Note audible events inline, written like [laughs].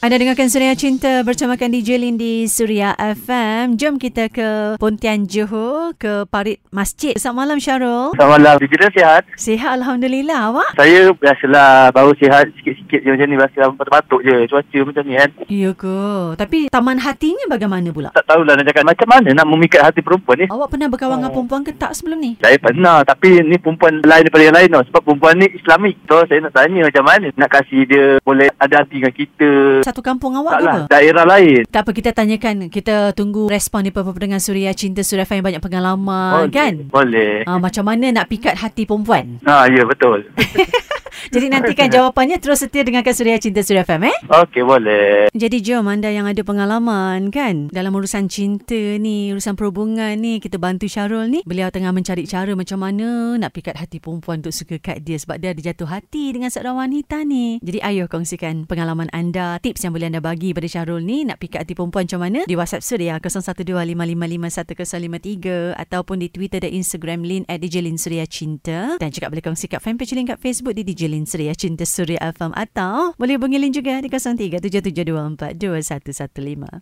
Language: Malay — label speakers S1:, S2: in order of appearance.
S1: Anda dengarkan Suria Cinta bercamakan DJ Lin di Suria FM. Jom kita ke Pontian Johor, ke Parit Masjid. Selamat malam Syarul.
S2: Selamat malam. Gejala sihat.
S1: Sihat Alhamdulillah awak?
S2: Saya biasalah baru sihat sikit-sikit je macam ni. Biasalah batuk-batuk je. Cuaca macam ni kan.
S1: Ya ke? Tapi taman hatinya bagaimana pula?
S2: Tak tahulah nak cakap macam mana nak memikat hati perempuan ni.
S1: Awak pernah berkawan dengan perempuan ke tak sebelum ni?
S2: Saya pernah tapi ni perempuan lain daripada yang lain tau. Sebab perempuan ni Islamik. So saya nak tanya macam mana nak kasih dia boleh ada hati dengan kita.
S1: Satu kampung awak ke
S2: Taklah
S1: apa?
S2: daerah lain.
S1: Tak apa kita tanyakan. Kita tunggu respon daripada pendengar Suria Cinta Suria FM yang banyak
S2: Oh,
S1: pengalaman kan?
S2: Boleh.
S1: Ah, macam mana nak pikat hati perempuan?
S2: Ha, ya
S1: [laughs]
S2: betul.
S1: Jadi nantikan jawapannya terus setia dengarkan Suria Cinta Suria FM eh.
S2: Okey boleh.
S1: Jadi jom anda yang ada pengalaman kan dalam urusan cinta ni, urusan perhubungan ni, kita bantu Syarul ni. Beliau tengah mencari cara macam mana nak pikat hati perempuan untuk suka kat dia sebab dia ada jatuh hati dengan seorang wanita ni. Jadi ayuh kongsikan pengalaman anda, tips yang boleh anda bagi pada Syarul ni nak pikat hati perempuan macam mana di WhatsApp Suria 0125551053 ataupun di Twitter dan Instagram Lin at DJ Lin Suria Cinta dan juga boleh kongsi kat fanpage Lin kat Facebook di DJ Lin Suria Cinta Suria FM atau boleh hubungi Lin juga di 0377242115.